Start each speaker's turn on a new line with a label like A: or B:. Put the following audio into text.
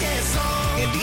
A: Yes, oh,
B: and